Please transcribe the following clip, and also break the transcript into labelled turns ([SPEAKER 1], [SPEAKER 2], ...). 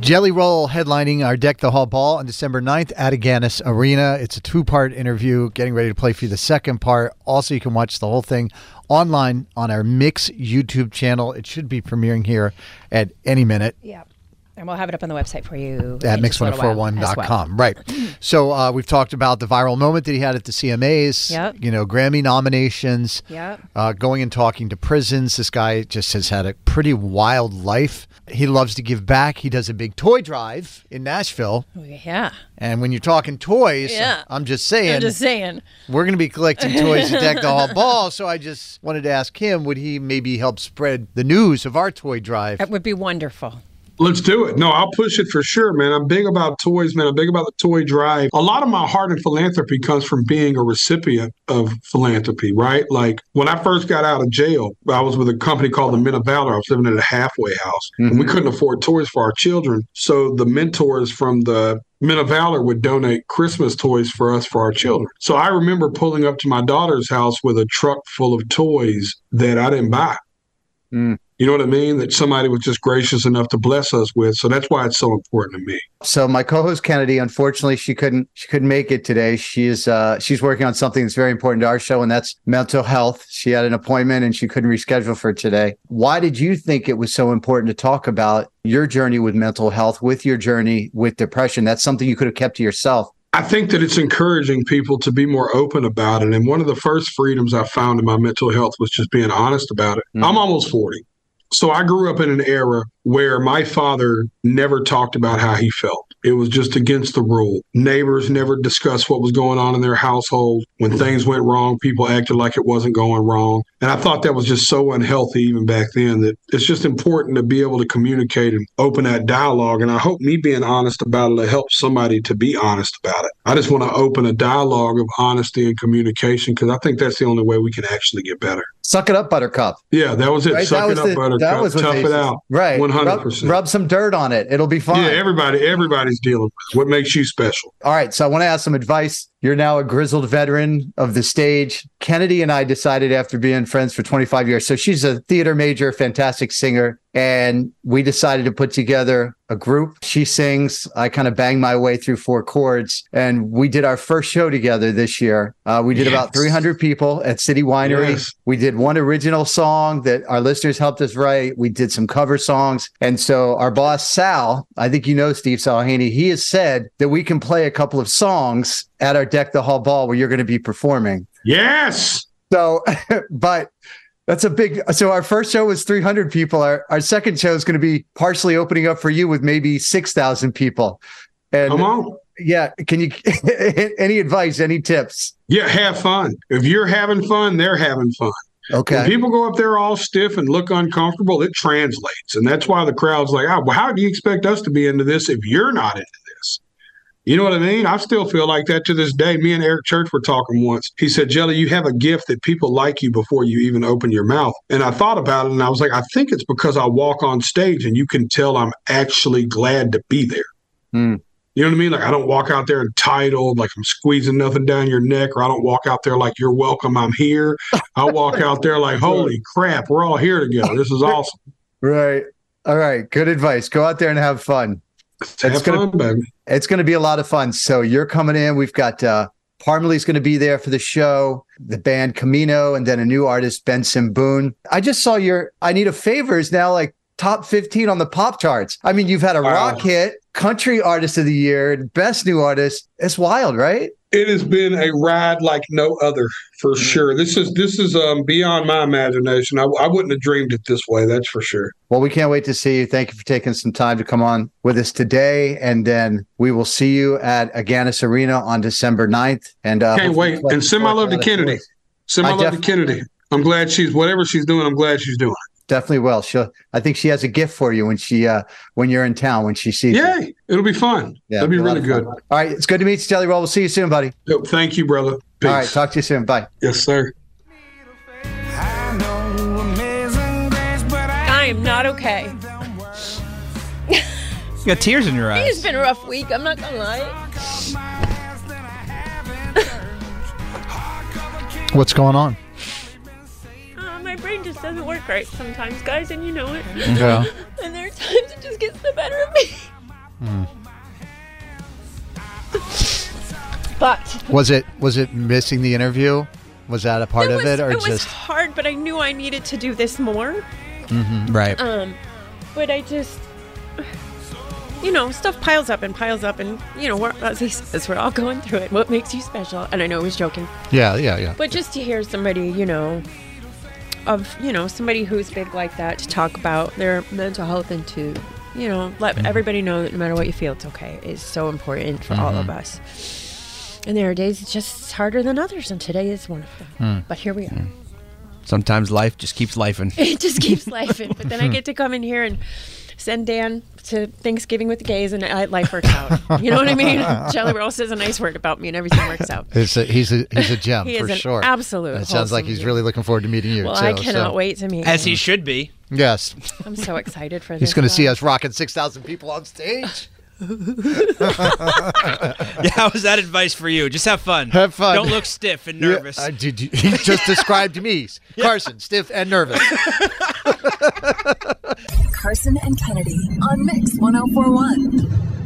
[SPEAKER 1] Jelly Roll headlining our Deck the Hall Ball on December 9th at Aganis Arena. It's a two part interview, getting ready to play for you the second part. Also, you can watch the whole thing online on our Mix YouTube channel. It should be premiering here at any minute.
[SPEAKER 2] Yeah. And we'll have it up on the website for you
[SPEAKER 1] at
[SPEAKER 2] in just a little while as well.
[SPEAKER 1] mix1041.com. Right. So uh, we've talked about the viral moment that he had at the CMAs,
[SPEAKER 2] Yep.
[SPEAKER 1] you know, Grammy nominations,
[SPEAKER 2] Yep.
[SPEAKER 1] uh, going and talking to prisons. This guy just has had a pretty wild life. He loves to give back. He does a big toy drive in Nashville.
[SPEAKER 2] Oh, Yeah.
[SPEAKER 1] And when you're talking toys,
[SPEAKER 2] Yeah.
[SPEAKER 1] I'm just saying,
[SPEAKER 2] I'm just saying.
[SPEAKER 1] we're going to be collecting toys at Deck the Hall Ball. So I just wanted to ask him, would he maybe help spread the news of our toy drive?
[SPEAKER 2] That would be wonderful.
[SPEAKER 3] Let's do it. No, I'll push it for sure, man. I'm big about toys, man. I'm big about the toy drive. A lot of my heart in philanthropy comes from being a recipient of philanthropy, right? Like when I first got out of jail, I was with a company called the Men of Valor. I was living in a halfway house, and we couldn't afford toys for our children. So the mentors from the Men of Valor would donate Christmas toys for us for our children. So I remember pulling up to my daughter's house with a truck full of toys that I didn't buy. You know what I mean? That somebody was just gracious enough to bless us with. So that's why it's so important to me.
[SPEAKER 4] So my co-host Kennedy, unfortunately, she couldn't she couldn't make it today. She is uh, she's working on something that's very important to our show, and that's mental health. She had an appointment and she couldn't reschedule for today. Why did you think it was so important to talk about your journey with mental health, with your journey with depression? That's something you could have kept to yourself.
[SPEAKER 3] I think that it's encouraging people to be more open about it. And one of the first freedoms I found in my mental health was just being honest about it. I'm almost 40. So I grew up in an era where my father never talked about how he felt. It was just against the rule. Neighbors never discussed what was going on in their household. When things went wrong, people acted like it wasn't going wrong. And I thought that was just so unhealthy even back then that it's just important to be able to communicate and open that dialogue. And I hope me being honest about it will help somebody to be honest about it. I just want to open a dialogue of honesty and communication because I think that's the only way we can actually get better.
[SPEAKER 4] Suck it up, Buttercup.
[SPEAKER 3] Yeah, that was it.
[SPEAKER 4] Right?
[SPEAKER 3] Suck
[SPEAKER 4] that
[SPEAKER 3] it up,
[SPEAKER 4] the-
[SPEAKER 3] buttercup.
[SPEAKER 4] what
[SPEAKER 3] Tough
[SPEAKER 4] they-
[SPEAKER 3] it out.
[SPEAKER 4] Right.
[SPEAKER 3] One hundred
[SPEAKER 4] Rub-
[SPEAKER 3] percent.
[SPEAKER 4] Rub some dirt on it. It'll be fine.
[SPEAKER 3] Yeah, everybody, everybody's dealing with it. what makes you special.
[SPEAKER 4] All right. So I want to ask some advice. You're now a grizzled veteran of the stage. Kennedy and I decided after being friends for 25 years. So she's a theater major, fantastic singer. And we decided to put together a group. She sings. I kind of bang my way through four chords. And we did our first show together this year. Uh, we did about 300 people at City Winery.
[SPEAKER 3] Yes.
[SPEAKER 4] We did one original song that our listeners helped us write. We did some cover songs. And so our boss, Sal, I think you know Steve Salhaney, he has said that we can play a couple of songs at our Deck the Hall Ball where you're going to be performing.
[SPEAKER 3] Yes.
[SPEAKER 4] So, but that's a big. So our first show was 300 people. Our, our second show is going to be partially opening up for you with maybe 6,000 people. And
[SPEAKER 3] Come on.
[SPEAKER 4] yeah, can you, any advice, any tips?
[SPEAKER 3] Yeah, have fun. If you're having fun, they're having fun. When
[SPEAKER 4] Okay.
[SPEAKER 3] people go up there all stiff and look uncomfortable, it translates. And that's why the crowd's like, oh, well, how do you expect us to be into this if you're not into this? You know what I mean? I still feel like that to this day. Me and Eric Church were talking once. He said, Jelly, you have a gift that people like you before you even open your mouth. And I thought about it and I was like, I think it's because I walk on stage and you can tell I'm actually glad to be there.
[SPEAKER 4] Hmm.
[SPEAKER 3] You know what I mean? Like I don't walk out there entitled, like I'm squeezing nothing down your neck, or I don't walk out there like you're welcome, I'm here. I walk out there like, holy crap, we're all here together. This is awesome.
[SPEAKER 4] Right. All right. Good advice. Go out there and have fun.
[SPEAKER 3] Have
[SPEAKER 4] It's gonna-
[SPEAKER 3] fun, baby.
[SPEAKER 4] It's going to be a lot of fun. So you're coming in. We've got uh, Parmalee's going to be there for the show, the band Camino, and then a new artist, Benson Boone. I just saw your I Need a Favor is now like top 15 on the pop charts. I mean, you've had a
[SPEAKER 3] Wow.
[SPEAKER 4] rock hit, country artist of the year, best new artist. It's wild, right?
[SPEAKER 3] It has been a ride like no other for sure. This is this is um beyond my imagination. I, I wouldn't have dreamed it this way, that's for sure.
[SPEAKER 4] Well, we can't wait to see you. Thank you for taking some time to come on with us today. And then we will see you at Aganis Arena on December 9th. And uh,
[SPEAKER 3] Can't wait. And send my love to Kennedy. Send my
[SPEAKER 4] I
[SPEAKER 3] love
[SPEAKER 4] def-
[SPEAKER 3] to Kennedy. I'm glad she's whatever she's doing, I'm glad she's doing.
[SPEAKER 4] Definitely will. She'll I think she has a gift for you when she uh when you're in town when she
[SPEAKER 3] it.
[SPEAKER 4] sees you.
[SPEAKER 3] Yay. It'll be fun.
[SPEAKER 4] Yeah,
[SPEAKER 3] That'll be
[SPEAKER 4] a lot
[SPEAKER 3] really
[SPEAKER 4] of fun.
[SPEAKER 3] good.
[SPEAKER 4] All right, it's good to meet you, Jelly Roll. We'll see you soon, buddy.
[SPEAKER 3] Yep, Thank you, brother. Peace.
[SPEAKER 4] All right, talk to you soon. Bye.
[SPEAKER 3] yes, sir.
[SPEAKER 5] I know amazing grace, but I
[SPEAKER 2] I am not okay.
[SPEAKER 6] You got tears in your eyes.
[SPEAKER 2] It's been a rough week. I'm not going to lie.
[SPEAKER 5] my ass that I haven't earned. Hardcover king
[SPEAKER 1] What's going on?
[SPEAKER 7] Uh, my brain just doesn't work right sometimes, guys, and you know it.
[SPEAKER 1] Yeah.
[SPEAKER 7] And there are times it just gets the better of me.
[SPEAKER 1] Hmm.
[SPEAKER 2] But
[SPEAKER 4] Was it was it missing the interview? Was that a part
[SPEAKER 7] it
[SPEAKER 4] of
[SPEAKER 7] was,
[SPEAKER 4] it, or
[SPEAKER 7] it was
[SPEAKER 4] just
[SPEAKER 7] hard, but I knew I needed to do this more.
[SPEAKER 4] right?
[SPEAKER 7] Um, but I just, you know, stuff piles up and piles up, and you know, we're, as he says, we're all going through it. What makes you special? And I know he's joking,
[SPEAKER 4] yeah, yeah, yeah.
[SPEAKER 7] but just to hear somebody, you know, of you know somebody who's big like that to talk about their mental health and to, you know, let
[SPEAKER 6] Mm-hmm.
[SPEAKER 7] everybody know that no matter what you feel, it's okay. Is so important for all of
[SPEAKER 6] Mm-hmm.
[SPEAKER 7] us. And there are days it's just harder than others, and today is one of them. But here we are.
[SPEAKER 6] Hmm. Sometimes life just keeps lifing. Hmm.
[SPEAKER 7] it just keeps laughing. But then I get to come in here and send Dan to Thanksgiving with the gays, and I, life works out. You know what I mean? Jelly Roll says a nice word about me, and everything works out.
[SPEAKER 4] It's a, he's a he's a gem
[SPEAKER 7] He is
[SPEAKER 4] for
[SPEAKER 7] an
[SPEAKER 4] sure.
[SPEAKER 7] absolute
[SPEAKER 4] It sounds like
[SPEAKER 7] wholesome
[SPEAKER 4] he's
[SPEAKER 7] dude.
[SPEAKER 4] really looking forward to meeting you.
[SPEAKER 7] Well,
[SPEAKER 4] too,
[SPEAKER 7] I cannot
[SPEAKER 4] so-
[SPEAKER 7] wait to meet
[SPEAKER 6] As
[SPEAKER 7] him.
[SPEAKER 6] he should be.
[SPEAKER 4] Yes,
[SPEAKER 7] I'm so excited for this.
[SPEAKER 4] he's going to see
[SPEAKER 7] guy.
[SPEAKER 4] us rocking six thousand people on stage.
[SPEAKER 6] Yeah, how is that advice for you? Just have fun.
[SPEAKER 4] Have fun.
[SPEAKER 6] Don't look stiff and nervous.
[SPEAKER 4] Yeah, uh, did you- he just described me, Carson, stiff and nervous.
[SPEAKER 8] Carson and Kennedy on Mix 1041.